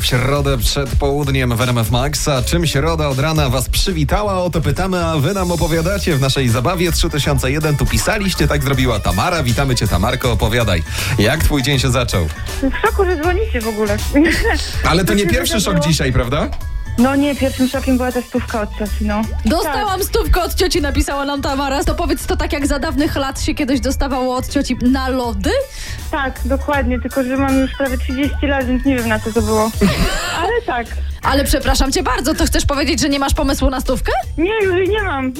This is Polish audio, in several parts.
W środę przed południem w RMF Max, a czym środa od rana was przywitała, o to pytamy, a wy nam opowiadacie w naszej zabawie 3001. Tu pisaliście, tak zrobiła Tamara. Witamy cię Tamarko, opowiadaj. Jak twój dzień się zaczął? W szoku, że dzwonicie w ogóle. Ale to Co nie się pierwszy szok wydarzyło? dzisiaj, prawda? No nie, pierwszym szokiem była ta stówka od no. Czasyno. Dostałam stówkę od cioci, napisała nam Tamara. To powiedz, to tak jak za dawnych lat się kiedyś dostawało od cioci na lody? Tak, dokładnie, tylko że mam już prawie 30 lat, więc nie wiem na co to było. Ale tak. Ale przepraszam cię bardzo, to chcesz powiedzieć, że nie masz pomysłu na stówkę? Nie, już jej nie mam.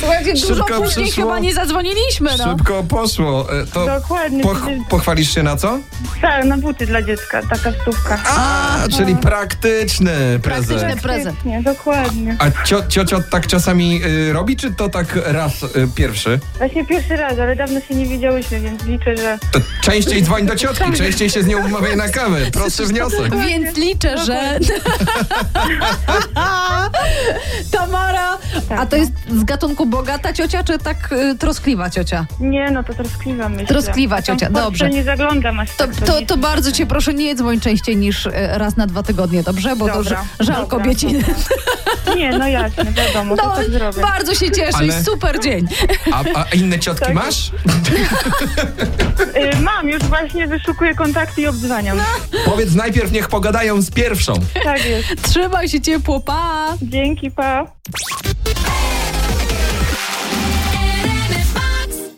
Słuchajcie, dużo Szybko później przyszło. chyba nie zadzwoniliśmy, no. Szybko poszło. E, To Dokładnie, poch- przecież- pochwalisz się na co? Tak, na buty dla dziecka, taka stówka. A, czyli praktyczny Praktyczny prezent. prezent. Nie, dokładnie. A cio- ciocia tak czasami y, robi, czy to tak raz y, pierwszy? Właśnie pierwszy raz, ale dawno się nie widziałyśmy, więc liczę, że... To częściej dzwoń do Tak. ciotki, częściej się z nią umawiaj na kawę. Prosty wniosek. Więc liczę, że. Tamara! A to jest z gatunku bogata ciocia, czy tak y, troskliwa ciocia? Nie, no to troskliwa myślę. Troskliwa ciocia, Tam w Polsce dobrze. nie zaglądam aż To, tak to, sobie. to bardzo cię proszę, nie dzwoń częściej niż y, raz na dwa tygodnie, dobrze? Bo to Dobra, ż- żal dobra. kobieciny. Nie, no jasne, wiadomo, No, to tak zrobię. bardzo się cieszę Ale- i super dzień. A, a inne ciotki Tak. masz? Y, mam, już właśnie wyszukuję kontakty i obdzwaniam. Powiedz najpierw, niech pogadają z pierwszą. Tak jest. Trzymaj się ciepło, pa! Dzięki, pa.